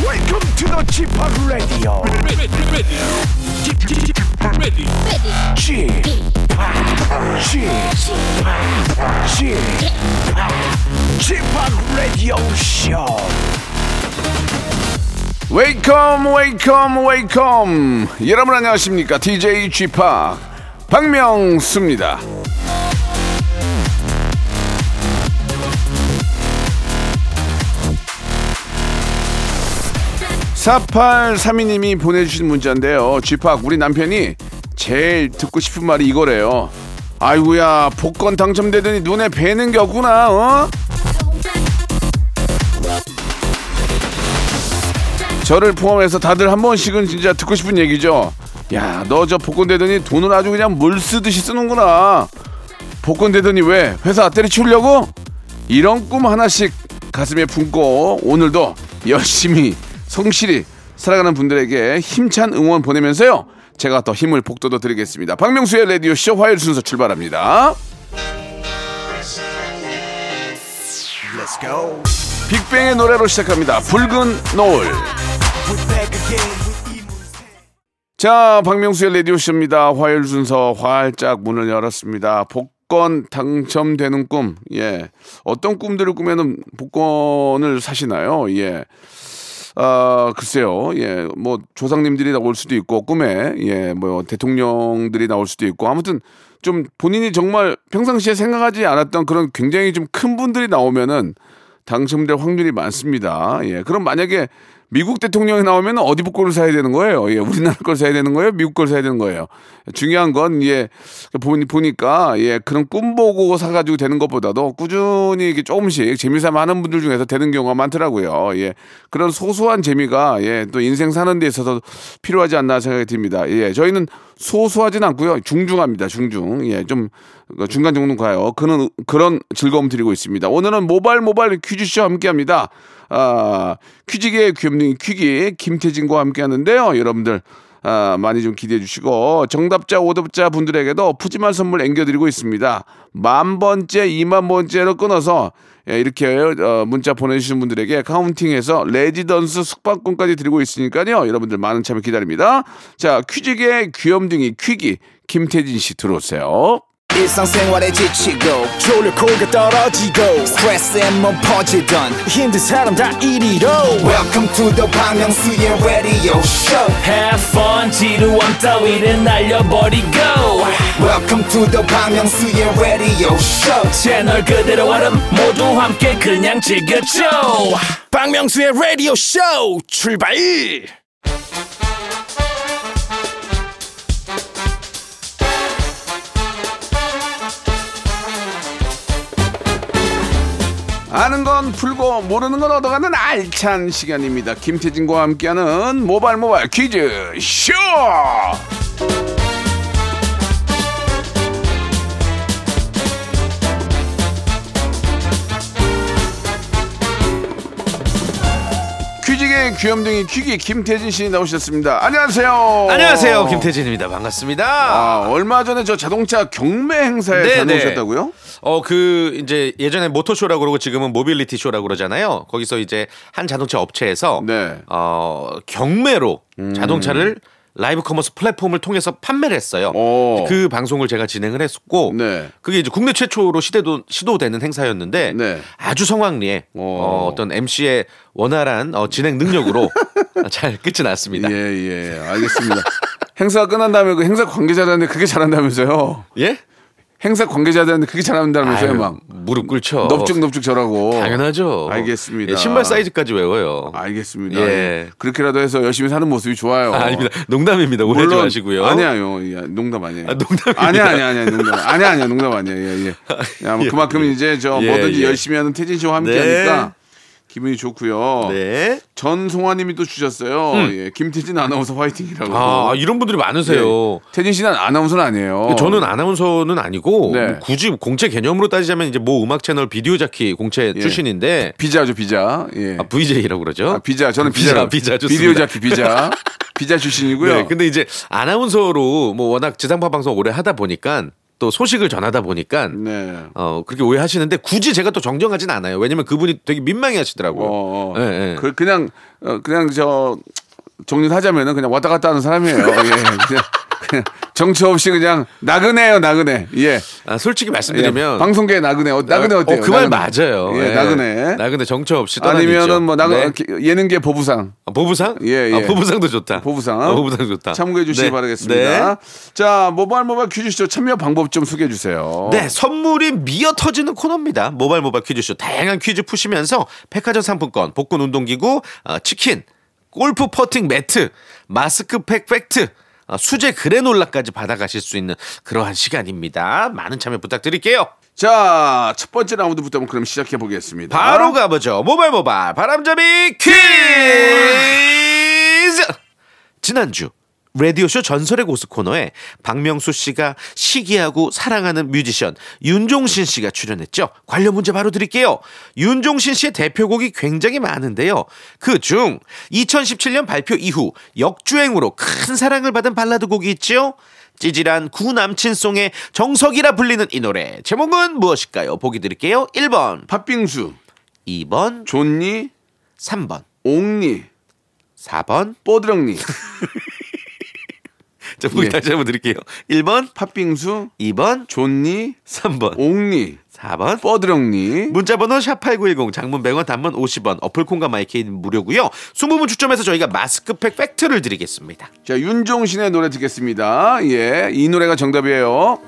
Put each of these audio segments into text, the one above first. Welcome to the g p o p Radio. ready, ready, ready, ready. g p o p g p o p g p o p Radio Show. 웨이컴 웨이컴 웨이컴 여러분 안녕하십니까 DJ g 파 박명수입니다 (4832님이) 보내주신 문자인데요 g 파 우리 남편이 제일 듣고 싶은 말이 이거래요 아이고야 복권 당첨되더니 눈에 뵈는 게 없구나 어? 저를 포함해서 다들 한 번씩은 진짜 듣고 싶은 얘기죠. 야, 너 저 복권 되더니 돈을 아주 그냥 물 쓰듯이 쓰는구나. 복권 되더니 왜 회사 앞다리 치우려고? 이런 꿈 하나씩 가슴에 품고 오늘도 열심히 성실히 살아가는 분들에게 힘찬 응원 보내면서요. 제가 더 힘을 복돋워 드리겠습니다. 박명수의 라디오 쇼 화요일 순서 출발합니다. Let's go. 빅뱅의 노래로 시작합니다. 붉은 노을. We're back again with Emus. 자, 박명수의 라디오쇼입니다. 화요일 순서 활짝 문을 열었습니다. 복권 당첨되는 꿈. 예. 어떤 꿈들을 꾸면은 복권을 사시나요? 예. 아, 글쎄요. 예. 뭐, 조상님들이 나올 수도 있고, 꿈에, 예. 뭐, 대통령들이 나올 수도 있고, 아무튼 좀 본인이 정말 평상시에 생각하지 않았던 그런 굉장히 좀 큰 분들이 나오면은 당첨될 확률이 많습니다. 예. 그럼 만약에 미국 대통령이 나오면 어디 복권을 사야 되는 거예요? 예. 우리나라 걸 사야 되는 거예요? 미국 걸 사야 되는 거예요? 중요한 건, 예. 보니, 보니까, 예. 그런 꿈 보고 사가지고 되는 것보다도 꾸준히 이렇게 조금씩 재미삼아 하는 분들 중에서 되는 경우가 많더라고요. 예. 그런 소소한 재미가, 예. 또 인생 사는 데 있어서 필요하지 않나 생각이 듭니다. 예. 저희는 소소하진 않고요. 중중합니다. 중중. 예. 좀그 중간 정도 가요. 그런, 그런 즐거움 드리고 있습니다. 오늘은 모발 모발 퀴즈쇼 함께 합니다. 아, 퀴즈계의 귀염둥이 퀴기 김태진과 함께 하는데요. 여러분들 아, 많이 좀 기대해 주시고 정답자 오답자 분들에게도 푸짐한 선물 앵겨드리고 있습니다. 만 번째, 이만 번째로 끊어서 예, 이렇게 어, 문자 보내주신 분들에게 카운팅해서 레지던스 숙박권까지 드리고 있으니까요. 여러분들 많은 참여 기다립니다. 자, 퀴즈계의 귀염둥이 퀴기 김태진 씨 들어오세요. 일상생활에 지치고, 졸려 코가 떨어지고, 스트레스에 몸 퍼지던, 힘든 사람 다 이리로. welcome to the Bang Myung-soo's radio show Have fun 지루함 따위를 날려버리고 welcome to the Bang Myung-soo's radio show 채널 그대로 와름 모두 함께 그냥 즐겨줘 박명수의 라디오 쇼 출발! 아는 건 풀고 모르는 건 얻어가는 알찬 시간입니다. 김태진과 함께하는 모발 모발 퀴즈 쇼. 퀴즈계 귀염둥이 퀴기 김태진 씨 나오셨습니다. 안녕하세요. 안녕하세요 김태진입니다 반갑습니다 아, 얼마 전에 저 자동차 경매 행사에 네, 다녀오셨다고요? 어 그 이제 예전에 모토쇼라고 그러고 지금은 모빌리티 쇼라고 그러잖아요 거기서 이제 한 자동차 업체에서 네. 음. 어 경매로 자동차를 라이브 커머스 플랫폼을 통해서 판매를 했어요 오. 그 방송을 제가 진행을 했었고 네. 그게 이제 국내 최초로 시대도 시도되는 행사였는데 네. 아주 성황리에 오. 어, 어떤 MC의 원활한 어, 진행 능력으로 잘 끝이 났습니다 예, 예. 알겠습니다. 행사가 끝난 다음에 그 행사 관계자들한테 그게 잘한다면서요. 예? 행사 관계자들한테 그게 잘한다면서요, 아유, 막. 무릎 꿇죠 네. 넙죽넙죽 저라고. 당연하죠. 어. 알겠습니다. 예, 신발 사이즈까지 외워요. 알겠습니다. 예. 예. 그렇게라도 해서 열심히 사는 모습이 좋아요. 아, 닙니다 농담입니다. 오해하지 마시고요. 아니에요. 예, 농담 아니에요. 아, 농담입니다. 아니야, 아니야, 아니야. 농담. 아니야, 아니야. 농담 아니에요. 예, 예. 야, 뭐 예, 그만큼 예. 이제 저 예, 뭐든지 예. 열심히 하는 태진 씨와 함께 네. 하니까 기분이 좋고요. 네. 음. 전송아 님이 또 주셨어요. 예. 김태진 아나운서 화이팅이라고. 아, 이런 분들이 많으세요. 예, 예. 태진 씨는 아나운서는 아니에요. 저는 아나운서는 아니고 어. 네. 굳이 공채 개념으로 따지자면 이제 모 음악 채널 비디오 자키 공채 출신인데 비자죠, 비자. 예. 아, VJ라고 그러죠. 아, 비자. 저는 비자. 비자, 비자 좋습니다. 그- 비디오 잡기 비자. 비자 출신이고요. 네, 근데 이제 아나운서로 뭐 워낙 지상파 방송 오래 하다 보니까 또 소식을 전하다 보니까 네. 어 그렇게 오해하시는데 굳이 제가 또 정정하진 않아요. 왜냐면 그분이 되게 민망해하시더라고요. 어, 어. 예, 예. 그, 그냥 어, 그냥 저 정리하자면은 그냥 왔다 갔다 하는 사람이에요. 예. 그냥, 그냥 정처 없이 그냥 나그네요, 나그네. 예. 아, 솔직히 말씀드리면 면 방송계 나그네. 어, 나그네 어때요? 그 나그네. 말 맞아요. 예, 나그네. 나그네 정처 없이 떠나니죠. 아니면은 뭐 나그네 네. 예능계 보부상. 아, 보부상? 예, 예. 아, 보부상도 좋다. 보부상. 아, 보부상 좋다. 참고해 주시기 네. 바라겠습니다. 자, 모바일 모바일 퀴즈쇼 참여 방법 좀 소개해 주세요. 네. 네, 선물이 미어 터지는 코너입니다. 모바일 모바일 퀴즈쇼 다양한 퀴즈 푸시면서 백화점 상품권, 복근 운동기구, 어, 치킨, 골프 퍼팅 매트, 마스크팩 팩트, 어, 수제 그래놀라까지 받아가실 수 있는 그러한 시간입니다. 많은 참여 부탁드릴게요. 자, 첫 번째 라운드부터 한번 그럼 시작해 보겠습니다. 바로 가보죠. 모발 모발 바람잡이 퀴즈. 지난주 라디오쇼 전설의 고수 코너에 박명수 씨가 시기하고 사랑하는 뮤지션 윤종신 씨가 출연했죠. 관련 문제 바로 드릴게요. 윤종신 씨의 대표곡이 굉장히 많은데요. 그 중 2017년 발표 이후 역주행으로 큰 사랑을 받은 발라드 곡이 있지요. 찌질한 구남친송의 정석이라 불리는 이 노래. 제목은 무엇일까요? 보기 드릴게요. 1번, 팥빙수, 2번, 존니, 3번, 옹니, 4번. 뽀드렁니, 자, 보기 예. 다시 한번 드릴게요. 1번, 팥빙수, 2번, 존니, 3번, 옹니, 4번. 뻐드렁니. 문자번호 샵8910 장문 100원 단문 50원 어플콘과 마이케인 무료고요 20분 추첨해서 저희가 마스크팩 팩트를 드리겠습니다 자, 윤종신의 노래 듣겠습니다. 예, 이 노래가 정답이에요.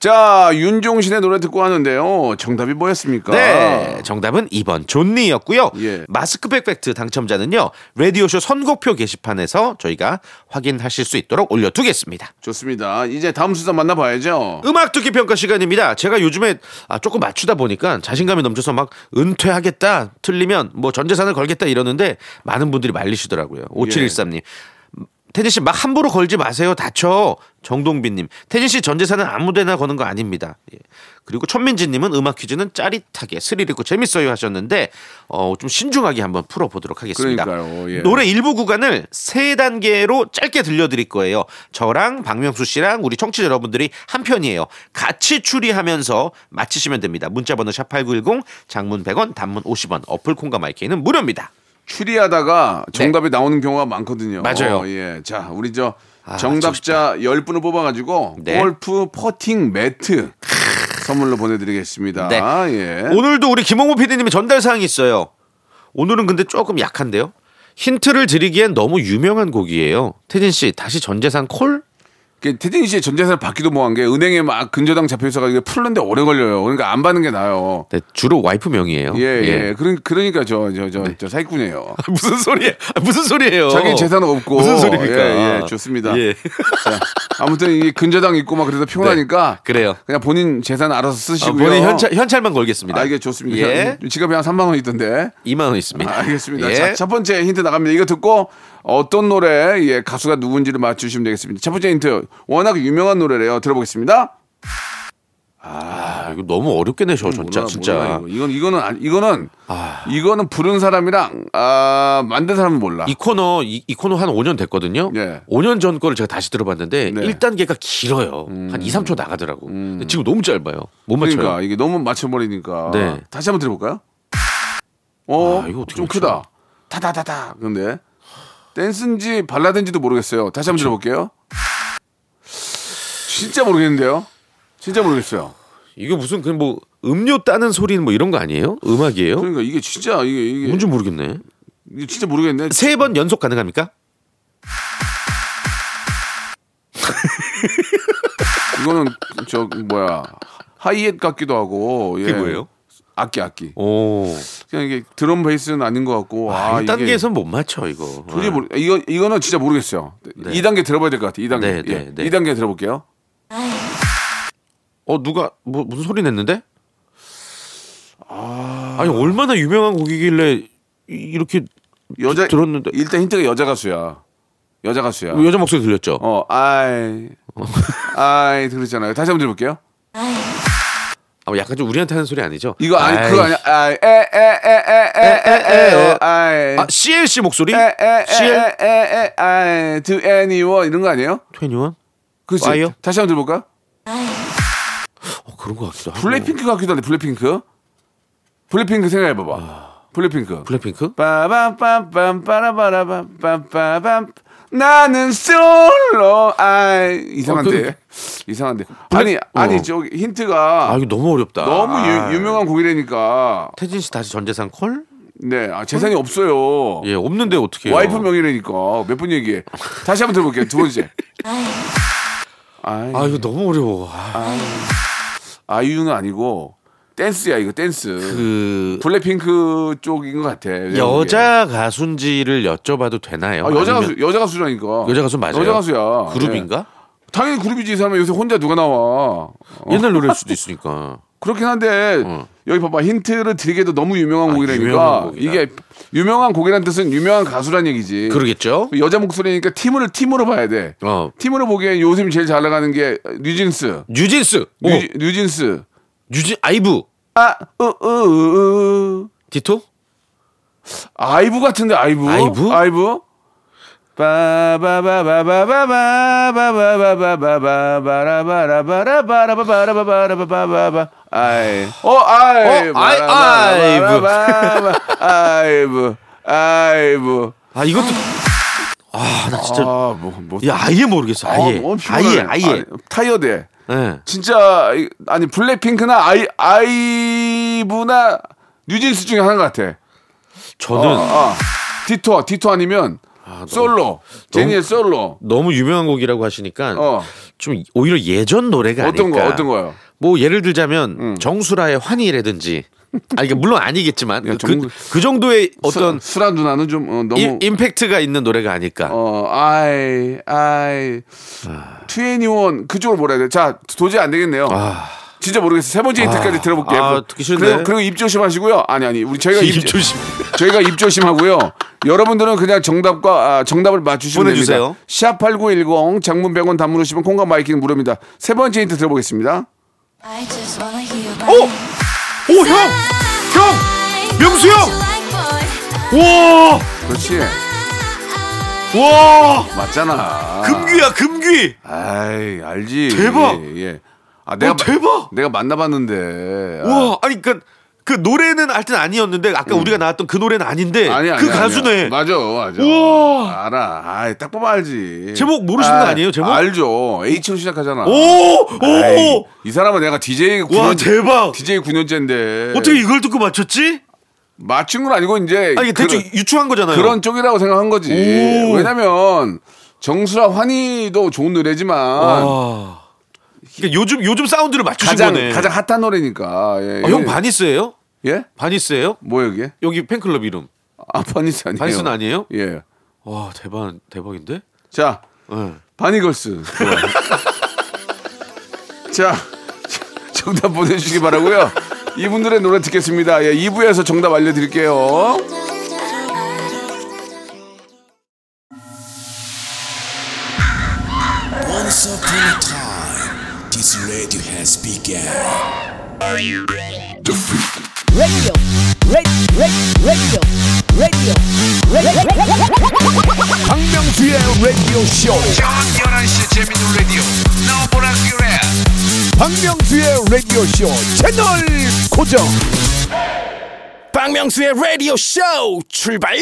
자, 윤종신의 노래 듣고 하는데요. 정답이 뭐였습니까? 네 정답은 2번 존니였고요 아. 예. 마스크팩 팩트 당첨자는요 라디오쇼 선곡표 게시판에서 저희가 확인하실 수 있도록 올려두겠습니다 좋습니다. 이제 다음 순서 만나봐야죠. 음악 듣기 평가 시간입니다. 제가 요즘에 아, 조금 맞추다 보니까 자신감이 넘쳐서 막 은퇴하겠다, 틀리면 뭐 전재산을 걸겠다 이러는데 많은 분들이 말리시더라고요. 5713님. 태진 씨 막 함부로 걸지 마세요. 다쳐. 정동빈님. 태진 씨 전재산은 아무데나 거는 거 아닙니다. 예. 그리고 천민지님은 음악 퀴즈는 짜릿하게 스릴 있고 재밌어요 하셨는데 어, 좀 신중하게 한번 풀어보도록 하겠습니다. 그러니까요, 예. 노래 일부 구간을 세 단계로 짧게 들려드릴 거예요. 저랑 박명수 씨랑 우리 청취자 여러분들이 한 편이에요. 같이 추리하면서 맞히시면 됩니다. 문자번호 샵8910 장문 100원 단문 50원 어플 콩과 마이케이는 무료입니다. 추리하다가 정답이 나오는 경우가 많거든요. 네. 맞아요. 어, 예. 자, 우리 저 아, 정답자 10분을 뽑아가지고 네. 골프 퍼팅 매트 선물로 보내드리겠습니다. 네. 예. 오늘도 우리 김홍호 PD님이 전달 사항이 있어요. 오늘은 근데 조금 약한데요. 힌트를 드리기엔 너무 유명한 곡이에요. 태진 씨 다시 전재산 콜? 이게 그 태진 씨의 전재산을 받기도 뭐한 게 은행에 막 근저당 잡혀있어가지고 풀는데 오래 걸려요. 그러니까 안 받는 게 나아요. 네, 주로 와이프 명이에요. 예, 예. 그러, 그러니까 저, 저, 저, 네. 저 사기꾼이에요. 무슨 소리예요? 아, 무슨 소리예요? 자기 재산 없고. 무슨 소리입니까? 예, 예, 좋습니다. 예. 자, 아무튼 이 근저당 있고 막 그래서 피곤하니까. 네, 그래요. 그냥 본인 재산 알아서 아, 쓰시고요. 본인 현찰 현찰만 걸겠습니다. 아, 이게 좋습니다. 예. 지갑에 한 3만 원 있던데. 2만 원 있습니다. 아, 알겠습니다. 예. 자, 첫 번째 힌트 나갑니다. 이거 듣고 어떤 노래, 예, 가수가 누군지를 맞추시면 되겠습니다. 첫 번째 힌트. 워낙 유명한 노래래요. 들어보겠습니다. 아, 이거 너무 어렵게 내셔 진짜 몰라, 진짜. 몰라, 이거. 이건 이거는 아니- 이거는 이거는 부른 사람이랑 아, 만든 사람은 몰라. 이 코너 이, 이 코너 한 5년 됐거든요. 예. 5년 전 거를 제가 다시 들어봤는데 네. 음. 1단계가 길어요. 한 2, 3초 나가더라고. 근데 지금 너무 짧아요. 못 맞춰요. 그러니까 이게 너무 맞춰버리니까. 네. 다시 한번 들어볼까요? 어, 아, 이거 어떻게 좀 맞춰? 크다. 타다다다. 근데 댄스인지 발라드인지도 모르겠어요. 다시 한번 들어볼게요. 진짜 모르겠는데요. 진짜 모르겠어요. 이게 무슨 그냥 뭐 음료 따는 소리는 뭐 이런 거 아니에요? 음악이에요? 그러니까 이게 진짜 이게 이게, 어? 뭔지 모르겠네. 이게 진짜 모르겠네. 세 번 연속 가능합니까? 이거는 저 뭐야 하이햇 같기도 하고. 예. 그게 뭐예요? 악기 악기. 오. 그냥 이게 드럼 베이스는 아닌 것 같고. 아, 이게 1단계에선 못 맞춰 이거. 도저히 아. 모르 이거 이거는 진짜 모르겠어요. 이 2단계 들어봐야 될 것 같아요. 2단계. 네, 네, 예. 네. 2단계 들어볼게요. 어 누가 뭐 무슨 소리 냈는데? 아... 아니 얼마나 유명한 곡이길래 이- 이렇게 여자 들었는데 일단 힌트가 여자 가수야. 여자 가수야. 여자 목소리 들렸죠? 어, 아이. 어. 아이 들으잖아요. 다시 한번 들어볼게요. 아, 약간 좀 우리한테 하는 소리 아니죠? 이거 아니 아이, 그거 아니야. 아이. 에에에에에에에 아이. 어. 아 CLC 목소리? CL 에에에에에 아이 to anyone 이런 거 아니에요? 21? 그렇지. 와요? 다시 한번 들어볼까? 어, 그런 것 같기도 하고. 블랙핑크 같기도 한데 블랙핑크. 블랙핑크 아. 생각해봐봐. 블랙핑크. 블랙핑크? 빠밤빰빰 빠라바라밤 빰빠밤 나는 솔로 아이 이상한데 어, 이상한데 아니 아니 어. 저기 힌트가 아 이거 너무 어렵다. 너무 아. 유, 명한 곡이라니까 태진 씨 다시 전재산 콜? 네 아, 재산이 없어요 예 없는데 어떻게? 와이프 명의라니까 몇 번 얘기해 다시 한번 들어볼게요 두 번째 아이, 아 이거 너무 어려워. 아, 아이유는 아니고 댄스야 이거 댄스 그 블랙핑크 쪽인 것 같아 내가 여자 가수인지를 여쭤봐도 되나요? 보기엔. 예, 아, 여자 아니면- 가수 여자 가수라니까 여자 가수 맞아요. 여자 가수야 그룹인가? 예. 당연히 그룹이지 이 사람은 요새 혼자 누가 나와 어. 옛날 노래일 수도 있으니까. 그렇긴 한데 어. 여기 봐봐 힌트를 드리기도 너무 유명한 아, 곡이라니까 유명한 곡이다. 이게 유명한 곡이란 뜻은 유명한 가수란 얘기지 그러겠죠? 여자 목소리니까 팀을 팀으로 봐야 돼 어. 팀으로 보기엔 요즘 제일 잘 나가는 게 뉴진스 뉴진스. 오. 뉴, 뉴진스 뉴진 아이브. 아, 으, 으, 으, 으. 디토? 아이브 같은데 아이브? 아이브? 아이브? 바바바바바바바바바바바바바바바바바바바바바바바바바바바바바바바바바바바바바바바 아이 어 아이 어, 아이, 아이브. 바라바라바라바라바. 아이브 아이브 아 이것도. 아 나 진짜. 아뭐뭐 야 아예 모르겠어. 아예. 아예 아예. 타이어드해 예. 진짜 이- 아니 블랙핑크나 아이 아이브나 뉴진스 중에 하나인 것 같아. 저는 아, 디토 디토 아니면 솔로 제니의 솔로 너무 유명한 곡이라고 하시니까 어. 좀 오히려 예전 노래가 어떤 아닐까. 거 어떤 거요? 음. 뭐 예를 들자면 정수라의 환희라든지. 아 이게 물론 아니겠지만 야, 그, 그러니까 정수- 그 정도의 어떤 수, 수란 누나는 좀 어, 너무 이- 임팩트가 있는 노래가 아닐까. 어 아이 아이 투애니원 그쪽으로 뭐라 해야 돼? 자 도저히 안 되겠네요. 아 진짜 모르겠어. 세 번째 힌트까지 들어볼게요. 아, 그- 듣기 싫은데. 그리고, 그리고 입 조심하시고요. 아니 아니 우리 저희가 입, 입 조심. 저희가 입 조심하고요. 여러분들은 그냥 정답과 아, 정답을 맞추시면 보내주세요. 됩니다. 샵 8910 장문 100원 단문 오시면 콩과 마이킹 무료입니다. 세 번째 힌트 들어보겠습니다. I just wanna hear about 오! it. 오 형! 형! Oh! 명수 형! 와! 그렇지. 와! 맞잖아. 금귀야 금귀! 아이 알지. 대박! 예. 아 내가 어, 대박! 내가 만나봤는데. 아, 음. 와 아니 그니까 그 노래는 알땐 아니었는데 아까 우리가 나왔던 그 노래는 아닌데 아니 아니 그 가수네. 맞아 맞아. 우와. 알아. 아이 딱 보면 알지. 제목 모르시는 거 아니에요, 제목? 알죠. H로 시작하잖아. 아이, 오! 오! 이 사람은 내가 DJ 9년 와 대박! DJ 9년째인데 어떻게 이걸 듣고 맞췄지? 맞춘 건 아니고 이제 아 이게 대충 그런, 유추한 거잖아요. 그런 쪽이라고 생각한 거지. 오. 왜냐면 정수라 환희도 좋은 노래지만 아. 그러니까 요즘 요즘 사운드를 맞추신 가장 거네. 가장 핫한 노래니까. 예, 아, 형 바니스예요? 예? 바니스예요? 뭐야 이게? 여기 팬클럽 이름. 아 바니스 아니에요. 바니스는 아니에요? 예. 와 대박 대박인데? 자 예. 바니걸스. 좋아요. 자 정답 보내주시기 바라고요. 이분들의 노래 듣겠습니다. 예, 2부에서 정답 알려드릴게요. Once upon a time, this radio has begun. 박명수의 라디오 쇼. 저녁 11시 재밌는 라디오. 너무나 귀해. 박명수의 라디오 쇼 채널 고정. 박명수의 라디오 쇼 출발.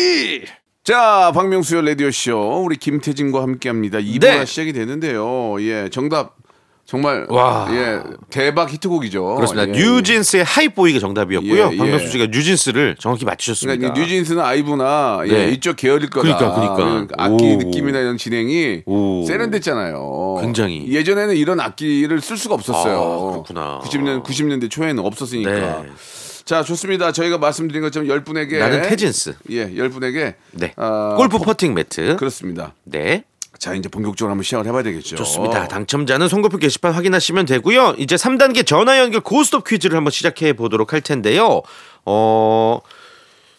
자, 박명수의 라디오쇼. 우리 김태진과 함께 합니다. 2부가 네. 시작이 되는데요. 예, 정답. 정말. 와. 예, 대박 히트곡이죠. 그렇습니다. 예. 뉴진스의 하이보이가 정답이었고요. 예, 예. 박명수 씨가 뉴진스를 정확히 맞추셨습니다. 그러니까 이 뉴진스는 아이브나 예, 네. 이쪽 계열일 거다. 그러니까, 그러니까. 예, 악기 오. 느낌이나 이런 진행이 오. 세련됐잖아요. 굉장히. 예전에는 이런 악기를 쓸 수가 없었어요. 아, 그렇구나. 90년 90년대 초에는 없었으니까. 네. 자, 좋습니다. 저희가 말씀드린 것처럼 10분에게 나는 태진스. 예, 10분에게 네. 아, 골프 퍼팅 매트. 그렇습니다. 네. 자 이제 본격적으로 한번 시작을 해봐야 되겠죠. 좋습니다. 당첨자는 송고표 게시판 확인하시면 되고요. 이제 3단계 전화 연결 고스톱 퀴즈를 한번 시작해 보도록 할 텐데요. 어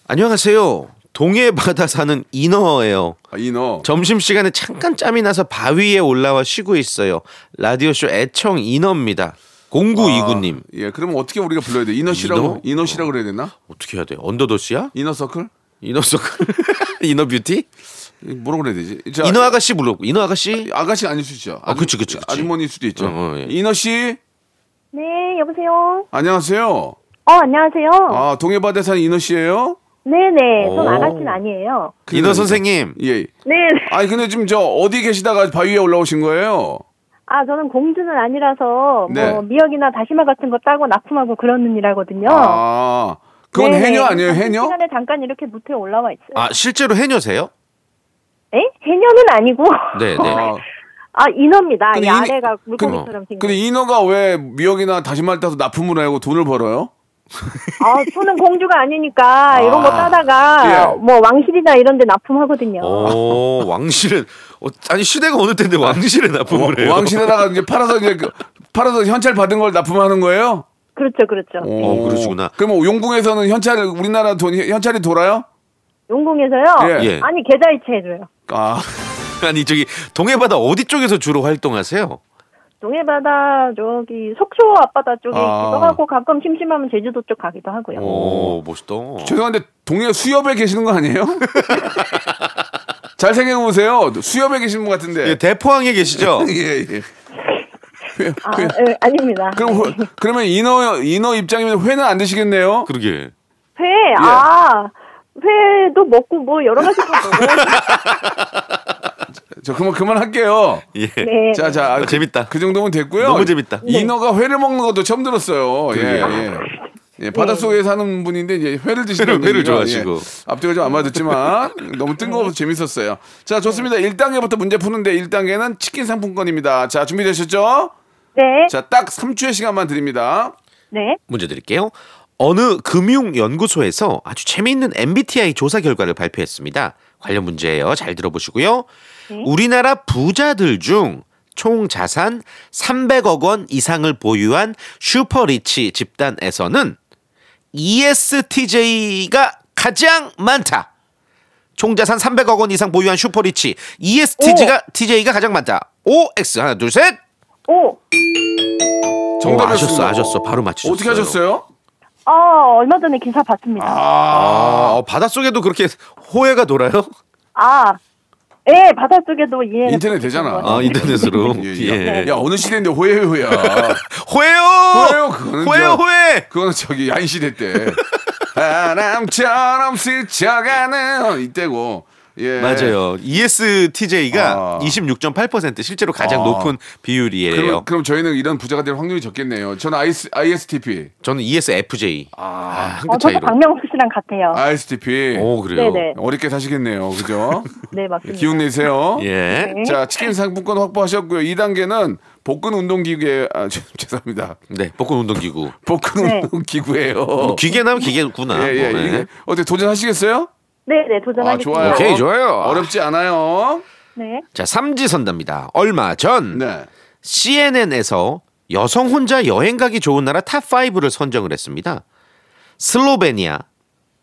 안녕하세요. 동해 바다 사는 인어예요. 아, 이너 점심시간에 잠깐 짬이 나서 바위에 올라와 쉬고 있어요. 라디오쇼 애청 인어입니다. 공구이구님. 예, 그러면 어떻게 우리가 불러야 돼? 이너 씨라고 이너? 이너 씨라고 그래야 되나? 어떻게 해야 돼? 언더더시야? 이너 서클? 이너 서클? 이너 뷰티? 뭐라 그래야 되지? 자, 인어 아가씨 물어보고 인어 아가씨 아가씨 아닐 수 있죠. 아, 그치, 그치, 그치. 아주머니일 수도 있죠. 어, 어, 예. 이너 씨, 네, 여보세요. 안녕하세요. 어, 안녕하세요. 아, 어. 동해바다에 사는 이너 씨예요 네네, 전 오. 아가씨는 아니에요. 큰일 인어 납니다. 선생님 예. 네네. 아니, 근데 지금 저 어디 계시다가 바위에 올라오신 거예요? 아, 저는 공주는 아니라서 네. 뭐 미역이나 다시마 같은 거 따고 납품하고 그러는 일하거든요. 아, 그건 어. 네네. 해녀 아니에요, 점심 해녀? 시간에 잠깐 이렇게 무트에 올라와 있어요. 아 실제로 해녀세요? 에? 해녀는 아니고. 네, 네. 아, 아, 인어입니다. 이 인- 아래가 물고기처럼 생긴. 근데 인어가 왜 미역이나 다시마를 따서 납품을 하고 돈을 벌어요? 아, 저는 공주가 아니니까 이런 거 따다가 예. 어. 뭐 왕실이나 이런 데 납품하거든요. 오 왕실은 어, 아. 아니 시대가 어느 때인데 왕실에 납품을 해요? 왕실에다가 이제 팔아서 이제 그- 팔아서 현찰 받은 걸 납품하는 거예요? 그렇죠, 그렇죠. 오, 어, 그러시구나. 그럼 용궁에서는 현찰 우리나라 돈 현찰이 돌아요? 용궁에서요. 예. 예. 아니 계좌이체 해줘요. 아, 아니 저기 동해바다 어디 쪽에서 주로 활동하세요? 동해바다 저기 속초 앞바다 쪽에 아. 어, 있기도 하고 가끔 심심하면 제주도 쪽 가기도 하고요. 오 멋있다. 죄송한데 동해 수협에 계시는 거 아니에요? 잘 생각해 보세요. 수협에 계신 분 예, 같은데. 대포항에 계시죠? 예, 예. 회- 아, 회- 예, 아닙니다. 그럼 회- 그러면 인어 인어 입장이면 회는 안 드시겠네요. 그러게. 회, 예. 아, 회도 먹고 뭐 여러 가지 거 먹어요. 저 그만 그만할게요. 예. 네. 자, 자, 그- 재밌다. 그 정도면 됐고요. 예. 너무 재밌다. 인어가 회를 먹는 것도 처음 들었어요. 예, 예. 예, 바닷속에 사는 분인데 이제 회를 드시는 회를- 회를 분이군요. 좋아하시고. 예. 앞뒤가 좀 안 맞았지만 너무 뜬금없어 재밌었어요. 자, 좋습니다. 1단계부터 문제 푸는데 1단계는 치킨 상품권입니다. 자, 준비되셨죠? 네. 자, 딱 3초의 시간만 드립니다. 네. 문제 드릴게요. 어느 금융연구소에서 아주 재미있는 MBTI 조사 결과를 발표했습니다. 관련 문제예요. 잘 들어보시고요. 우리나라 부자들 중 총 자산 300억 원 이상을 보유한 슈퍼리치 집단에서는 E ESTJ가 가장 많다. 총 자산 300억 원 이상 보유한 슈퍼리치 E ESTJ가 TJ가 가장 많다. OX 하나 둘 셋. 오, 정답이었습니다. 아셨어, 아셨어. 바로 맞히셨어요. 어떻게 하셨어요? 아, 얼마 전에 기사 봤습니다. 아, 어, 바닷속에도 그렇게 호해가 돌아요? 아, 예, 바다 쪽에도 예. 인터넷 되잖아. 아, 인터넷으로. 예, 야, 예. 야, 어느 시대인데 호해호야. 호해요! 호해요, 그거는 호해요, 저- 호해! 그거는 저기 야인시대 때 바람처럼 스쳐가는 어, 이때고 예 맞아요. E ESTJ가 아. 26.8% 실제로 가장 아. 높은 비율이에요. 그럼, 그럼 저희는 이런 부자가 될 확률이 적겠네요 저는 IS, ISTP 저는 E ESFJ. 아, 한 어, 끗 저도 차이로. 박명수 씨랑 같아요. ISTP 오, 그래요. 네네. 어렵게 사시겠네요 그죠 네, 맞습니다. 기운 내세요 예. 자 치킨 상품권 확보하셨고요 2단계는 복근 운동기계 아 죄- 죄송합니다 네, 복근 운동기구. 복근 네. 운동기구예요 뭐 기계나면 기계구나. 예예 뭐, 네. 어떻게 도전하시겠어요? 네, 네, 아 도전하겠습니다. 좋아요 오케이, 좋아요. 어렵지 않아요 네. 자, 삼지선답니다. 얼마 전 네 CNN에서 여성 혼자 여행 가기 좋은 나라 탑5를 선정을 했습니다. 슬로베니아,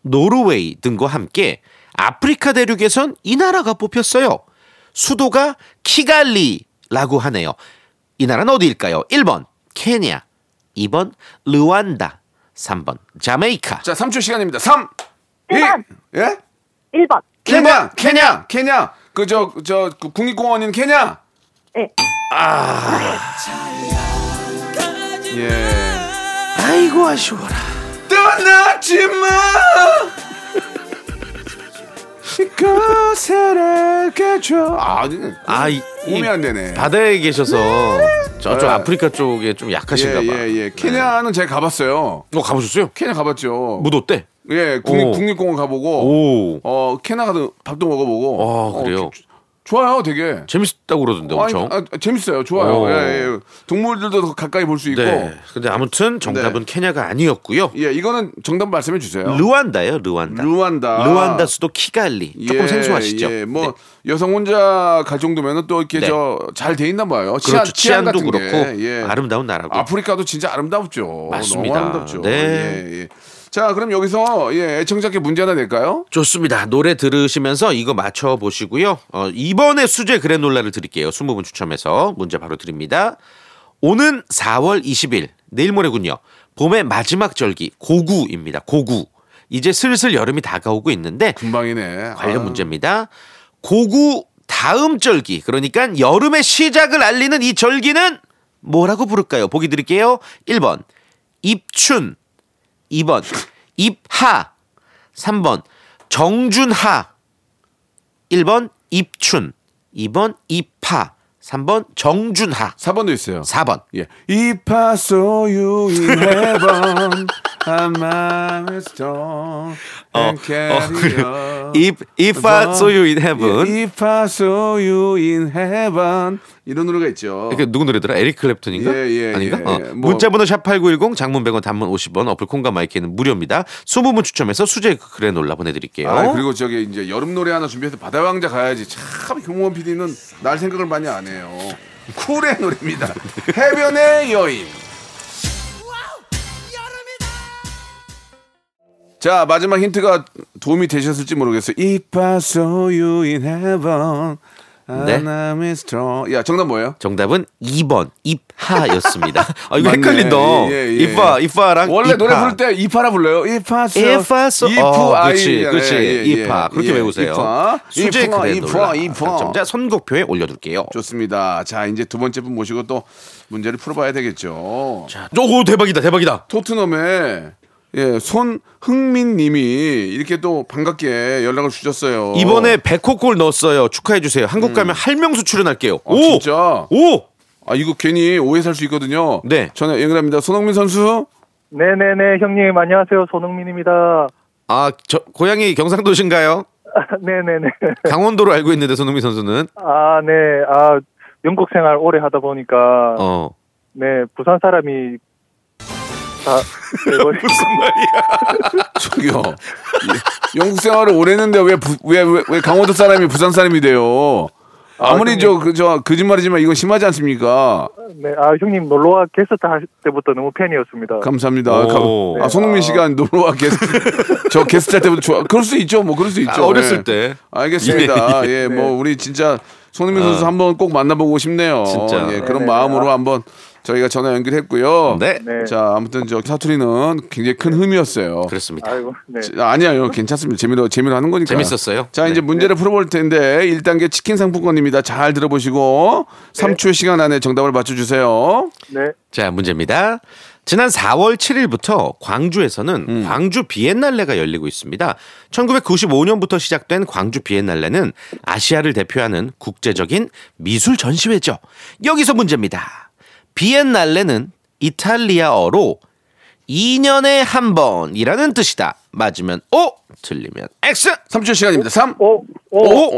노르웨이 등과 함께 아프리카 대륙에선 이 나라가 뽑혔어요. 수도가 키갈리라고 하네요. 이 나라는 어디일까요? 1번 케냐, 2번 르완다, 3번 자메이카. 자, 3초 시간입니다. 3, 2, 일번. 예? 1번. 케냐, 케냐, 케냐. 그 저 저 국립공원인 케냐. 예. 예. 아이고 아쉬워라. 떠나지 마. 그 사랑해줘. 아, 아, 이, 이 몸이 안 되네. 바다에 계셔서 네. 저쪽 아프리카 쪽에 좀 약하신가 예, 봐. 예, 예. 케냐는 제가 가봤어요. 어, 가보셨어요? 케냐 가봤죠. 무도 때? 예, 국립, 오. 국립공원 가보고, 오. 어, 케냐 가도 밥도 먹어보고. 아, 그래요? 어, 조- 좋아요, 되게. 재밌다고 그러던데 아니, 엄청. 아, 재밌어요. 좋아요. 오. 예, 예. 동물들도 더 가까이 볼 수 있고. 네. 근데 아무튼 정답은 네. 케냐가 아니었고요. 예, 이거는 정답 말씀해 주세요. 르완다예요, 르완다. 어. 르완다. 르완다 수도 키갈리. 조금 예, 생소하시죠? 예, 뭐 네. 여성 혼자 갈 정도면은 또 이렇게 네. 저 잘 돼 있나 봐요. 치안, 그렇죠. 치안 도 같은 게. 그렇고 예. 아름다운 나라고. 아프리카도 진짜 아름답죠. 맞습니다. 너무 아름답죠. 네. 예, 예. 자, 그럼 여기서 예, 애청자께 문제 하나 낼까요? 좋습니다. 노래 들으시면서 이거 맞춰 보시고요. 어, 이번에 수제 그래놀라를 드릴게요. 20분 추첨해서 문제 바로 드립니다. 오는 4월 20일 내일 모레군요. 봄의 마지막 절기 고구입니다. 고구. 이제 슬슬 여름이 다가오고 있는데 금방이네. 관련 아, 문제입니다. 고구 다음 절기 그러니까 여름의 시작을 알리는 이 절기는 뭐라고 부를까요? 보기 드릴게요. 1번 입춘 2번 입하 3번 정준하 1번 입춘 2번 입하 3번 정준하 4번도 있어요. 4번 예. If I saw you in heaven, I'm a star and carry 어, on. 뭐? if if I saw you in heaven 아. 예, If I saw you in heaven. 이런 노래가 있죠. 그게 누구 노래더라? 에릭 클랩튼인가? 예, 예, 아닌가? 예, 어. 예. 뭐- 문자번호 샵8910 장문 100원 단문 50원 어플 콩과 마이크는 무료입니다. 20분 추첨해서 수제 글에 놀라 보내드릴게요. 아, 그리고 저기 이제 여름 노래 하나 준비해서 바다 왕자 가야지. 참 경호원 PD는 날 생각을 많이 안 해요. 쿨의 노래입니다. 해변의 여인. 자 마지막 힌트가 도움이 되셨을지 모르겠어요. If I saw you in heaven, 네. and I'm strong. 야 정답 뭐예요? 정답은 2번 입하였습니다. 아 이거 맞네. 헷갈린다. 예, 예, 예. 입하, 입하랑 원래 입하. 노래 부를 때 이파라 불러요. 이파 아, 예, 써. If I saw- 어, 그렇지, 그렇지. 이파. 그렇게 외우세요. 예, 이파. 수제 이파, 그래 이파, 놀라. 이파. 당첨자 선곡표에 올려둘게요. 좋습니다. 자, 이제 두 번째 분 모시고 또 문제를 풀어봐야 되겠죠. 오 대박이다, 대박이다. 토트넘에 예, 손흥민 님이 이렇게 또 반갑게 연락을 주셨어요. 이번에 100호 골 넣었어요. 축하해 주세요. 한국 가면 할명수 출연할게요. 아, 오, 진짜? 오, 아, 이거 괜히 오해 살 수 있거든요. 네. 전화 연결합니다. 손흥민 선수. 네네네 형님 안녕하세요 손흥민입니다. 아, 저 고향이 경상도신가요? 네네네. 강원도로 알고 있는데 손흥민 선수는 아 네. 아 영국 생활 오래 하다 보니까 어 네 부산 사람이 다 돼버리- 저기요. 예, 영국 생활을 오래 했는데 왜, 부, 왜, 왜, 왜 강원도 사람이 부산 사람이 돼요? 아무리 저, 그, 저, 거짓말이지만 이건 심하지 않습니까? 네. 아 형님 놀러와 게스트 하실 때부터 너무 팬이었습니다. 감사합니다. 오. 감- 아, 손흥민 씨가 놀러와 게스트, 저 게스트 할 때부터 좋아. 그럴 수 있죠. 뭐, 그럴 수 있죠. 아, 어렸을 네. 예. 때. 알겠습니다. 예, 뭐, 우리 진짜 손흥민 선수 한번 꼭 만나보고 싶네요. 아. 진짜. 예, 그런 네네. 마음으로 한번 저희가 전화 연결했고요. 네. 네. 자, 아무튼 저 사투리는 굉장히 큰 흠이었어요. 그렇습니다. 아이고 네. 아, 아니에요. 괜찮습니다. 재미로, 재미로 하는 거니까. 재밌었어요. 네. 자, 이제 문제를 풀어볼 텐데, 1단계 그 치킨 상품권입니다. 잘 들어보시고, 네. 3초 시간 안에 정답을 맞춰주세요. 네. 자 문제입니다. 지난 4월 7일부터 광주에서는 음. 광주 비엔날레가 열리고 있습니다. 1995년부터 시작된 광주 비엔날레는 아시아를 대표하는 국제적인 미술 전시회죠. 여기서 문제입니다. 비엔날레는 이탈리아어로 2년에 한 번이라는 뜻이다. 맞으면 O, 틀리면 X. 3초 시간입니다. 3, 오, 오, 오!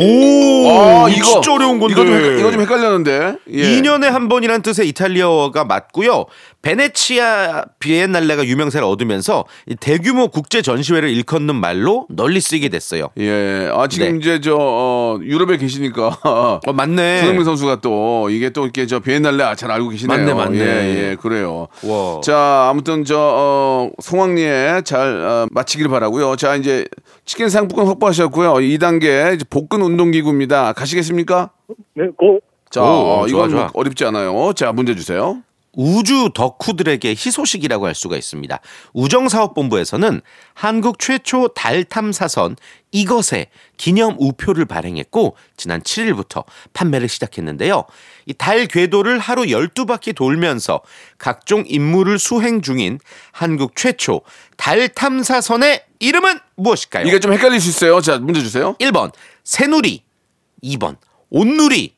오, 어, 아, 이거 이거 진짜 어려운 건데. 이거 좀, 헷갈, 이거 좀 헷갈렸는데. 예. 2년에 한 번이란 뜻의 이탈리아어가 맞고요. 베네치아 비엔날레가 유명세를 얻으면서 이 대규모 국제 전시회를 일컫는 말로 널리 쓰이게 됐어요. 예. 아, 지금 네. 이제 저 어, 유럽에 계시니까 어, 맞네. 손흥민 선수가 또 이게 또 이렇게 저 비엔날레 아, 잘 알고 계시네요. 맞네, 맞네. 예, 예, 그래요. 와. 자, 아무튼 저 어, 송황리에 잘 어, 마치길 바라고요. 자, 이제 치킨 상품권 확보하셨고요. 2단계 이제 복근 운동기구입니다. 가시겠습니까? 네, 고. 자, 오, 좋아, 이건 뭐 좋아. 어렵지 않아요. 자, 문제 주세요. 우주 덕후들에게 희소식이라고 할 수가 있습니다. 우정사업본부에서는 한국 최초 달 탐사선 이것의 기념 우표를 발행했고 지난 7일부터 판매를 시작했는데요. 이 달 궤도를 하루 12바퀴 돌면서 각종 임무를 수행 중인 한국 최초 달 탐사선의 이름은 무엇일까요? 이게 좀 헷갈릴 수 있어요. 자, 문제 주세요. 1번 새누리 2번 온누리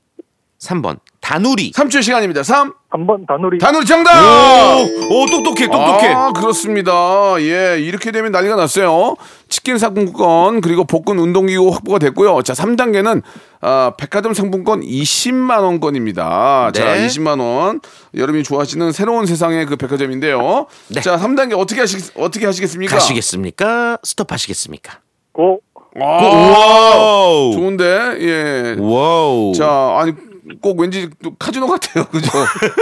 3번 다누리 3초 시간입니다. 3, 한번 단우리. 단우 정답! 오, 오 똑똑해 똑똑해 아, 그렇습니다. 예, 이렇게 되면 난리가 났어요. 치킨 상품권 그리고 복근 운동기구 확보가 됐고요. 자, 3단계는 아, 백화점 상품권 20만 원권입니다. 자, 네. 20만 원. 여러분이 좋아하시는 새로운 세상의 그 백화점인데요. 네. 자, 3단계 어떻게 하시 어떻게 하시겠습니까? 가시겠습니까? 스톱하시겠습니까? 고. 와! 아, 좋은데. 예. 와우. 자, 아니 꼭 왠지 또 카지노 같아요. 그죠?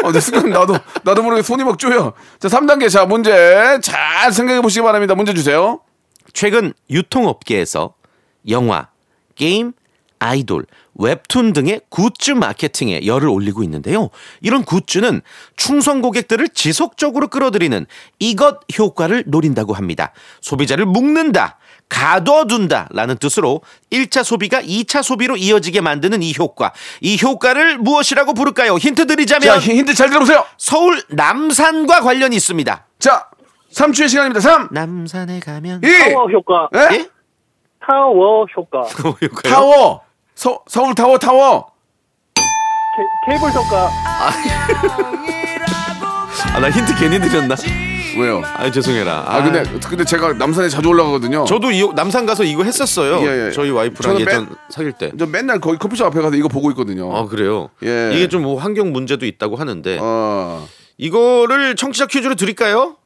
어, 내 순간 나도 나도 모르게 손이 막 쪼여. 자, 3단계 자, 문제 잘 생각해 보시기 바랍니다. 문제 주세요. 최근 유통업계에서 영화, 게임, 아이돌, 웹툰 등의 굿즈 마케팅에 열을 올리고 있는데요. 이런 굿즈는 충성 고객들을 지속적으로 끌어들이는 이것 효과를 노린다고 합니다. 소비자를 묶는다. 가둬둔다라는 뜻으로 1차 소비가 2차 소비로 이어지게 만드는 이 효과. 이 효과를 무엇이라고 부를까요? 힌트 자, 드리자면 힌- 힌트 잘 들어보세요. 서울 남산과 관련이 있습니다. 자, 3초의 시간입니다. 3, 남산에 가면 2, 타워 효과. 예? 예? 타워 효과. 타워. 서, 서울 타워 타워. 케, 이블 효과. 아, 나 힌트 괜히 드렸나? 왜요? 아, 죄송해라. 아, 근데 근데 제가 남산에 자주 올라가거든요. 저도 이 남산 가서 이거 했었어요. 예, 예. 저희 와이프랑 저는 예전 맨- 사귈 때. 저 맨날 거기 커피숍 앞에 가서 이거 보고 있거든요. 아 그래요. 예. 이게 좀 뭐 환경 문제도 있다고 하는데 어. 이거를 청취자 퀴즈로 드릴까요?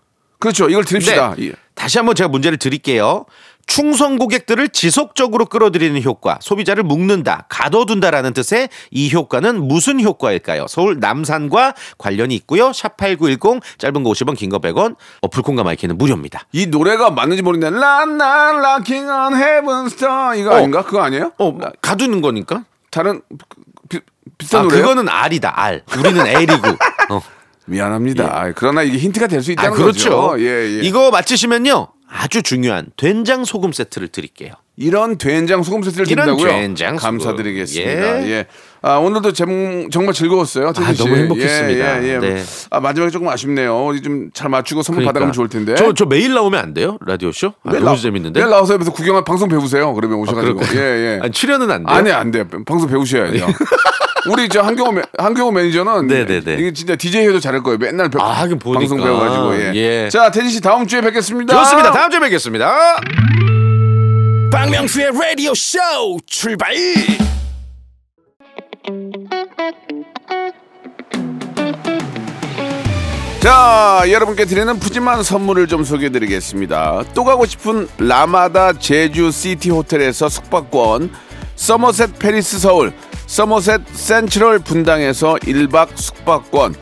그렇죠. 이걸 드립시다. 네. 예. 다시 한번 제가 문제를 드릴게요. 충성 고객들을 지속적으로 끌어들이는 효과, 소비자를 묶는다, 가둬둔다라는 뜻의 이 효과는 무슨 효과일까요? 서울 남산과 관련이 있고요. 샵8910 짧은 거 50원, 긴 거 100원. 어플콘과 마이크는 무료입니다. 이 노래가 맞는지 모르겠는데 란난 락킹 on heaven star 이거 어. 아닌가? 그거 아니에요? 어, 가두는 거니까? 다른 비, 비슷한 아, 노래. 그거는 R이다, R. 우리는 L이고. 어. 미안합니다. 아이, 그러나 이게 힌트가 될 수 예. 아, 있다는 그렇죠. 거죠. 예, 예. 이거 맞히시면요. 아주 중요한 된장 소금 세트를 드릴게요. 이런 된장 소금 세트를 이런 드린다고요? 된장 소금. 감사드리겠습니다. 예. 예. 아, 아, 오늘도 정, 정말 즐거웠어요. 태진 씨. 너무 행복했습니다. 예, 예, 예. 네. 그러니까. 아, 마지막에 조금 아쉽네요. 우리 좀 잘 맞추고 선물 받아가면 좋을 텐데. 저, 저 매일 나오면 안 돼요? 라디오쇼? 아, 매일 너무 나- 재밌는데? 매일 나와서 옆에서 구경한 방송 배우세요. 그러면 오셔가지고. 그럴까요? 예, 예. 아니, 출연은 안 돼요? 아니 안 돼. 방송 배우셔야죠. 우리 저 한경호 매- 한경호 매니저는 네네네. 이게 진짜 DJ 해도 잘할 거예요. 맨날 배- 아, 하긴 보니까. 방송 배워가지고 예. 예. 자 태진 씨 다음 주에 뵙겠습니다. 좋습니다. 다음 주에 뵙겠습니다. 박명수의 라디오 쇼 출발 자 여러분께 드리는 푸짐한 선물을 좀 소개해드리겠습니다. 또 가고 싶은 라마다 제주 시티 호텔에서 숙박권, 서머셋 페리스 서울, 서머셋 센트럴 분당에서 1박 숙박권,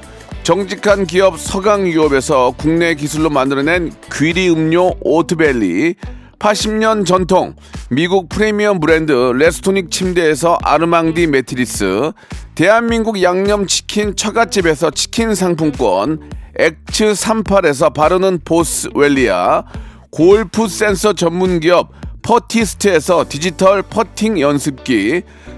정직한 기업 서강유업에서 국내 기술로 만들어낸 귀리 음료 오트밸리, 80년 전통 미국 프리미엄 브랜드 레스토닉 침대에서 아르망디 매트리스 대한민국 양념치킨 처갓집에서 치킨 상품권 엑츠 38에서 바르는 보스 웰리아 골프 센서 전문기업 퍼티스트에서 디지털 퍼팅 연습기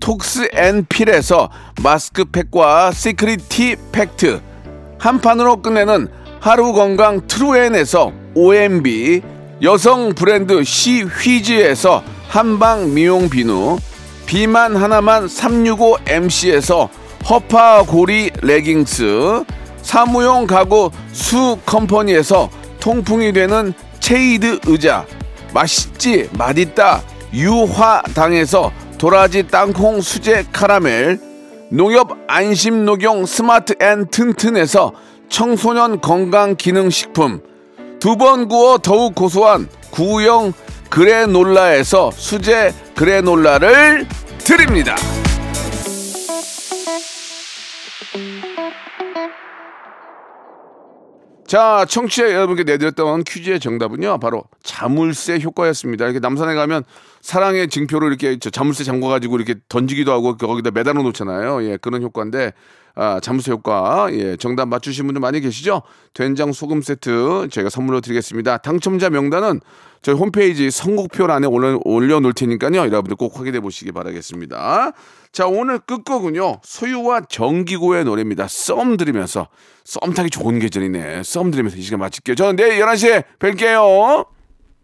톡스 앤 필에서 마스크팩과 시크릿 티 팩트 한 판으로 끝내는 하루 건강 트루엔에서 OMB 여성 브랜드 시휘즈에서 한방 미용 비누 비만 하나만 365MC에서 허파고리 레깅스 사무용 가구 수 컴퍼니에서 통풍이 되는 체이드 의자 맛있지 맛있다 유화당에서 도라지 땅콩 수제 카라멜 농협 안심 녹용 스마트 앤 튼튼에서 청소년 건강 기능 식품 두 번 구워 더욱 고소한 구형 그래놀라에서 수제 그래놀라를 드립니다. 자, 청취자 여러분께 내드렸던 퀴즈의 정답은요, 바로 자물쇠 효과였습니다. 이렇게 남산에 가면 사랑의 징표를 이렇게 저 자물쇠 잠궈가지고 이렇게 던지기도 하고 거기다 매달아 놓잖아요. 예, 그런 효과인데, 아, 자물쇠 효과. 예, 정답 맞추신 분들 많이 계시죠? 된장 소금 세트 저희가 선물로 드리겠습니다. 당첨자 명단은 저희 홈페이지 선곡표란에 올려, 올려놓을 테니까요. 여러분들 꼭 확인해 보시기 바라겠습니다. 자, 오늘 끝곡은요. 소유와 정기고의 노래입니다. 썸 들으면서. 썸 타기 좋은 계절이네. 썸 들으면서 이 시간 마칠게요. 저는 내일 11시에 뵐게요.